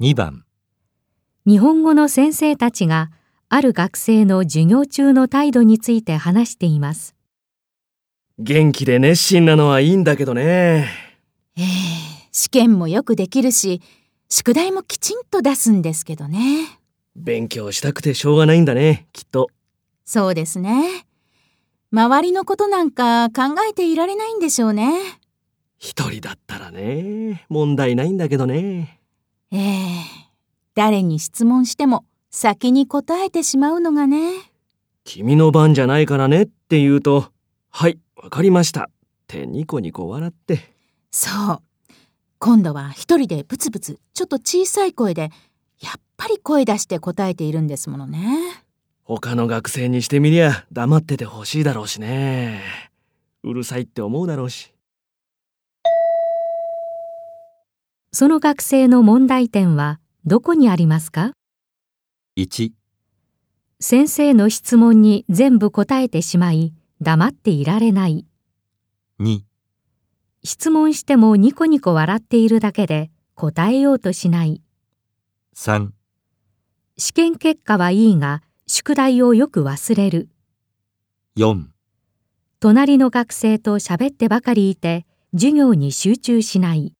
2番、日本語の先生たちがある学生の授業中の態度について話しています元気で熱心なのはいいんだけどね。ええ試験もよくできるし、宿題もきちんと出すんですけどね。勉強したくてしょうがないんだね、きっと。そうですね。周りのことなんか考えていられないんでしょうね。一人だったらね、問題ないんだけどね。ええ誰に質問しても先に答えてしまうのがね。君の番じゃないからねって言うと、はい、わかりました。ってニコニコ笑って。そう。今度は一人でブツブツ、ちょっと小さい声で、やっぱり声出して答えているんですものね。他の学生にしてみりゃ黙っててほしいだろうしね。うるさいって思うだろうし。その学生の問題点はどこにありますか1、先生の質問に全部答えてしまい黙っていられない2、質問してもニコニコ笑っているだけで答えようとしない3、試験結果はいいが宿題をよく忘れる4。隣の学生と喋ってばかりいて授業に集中しない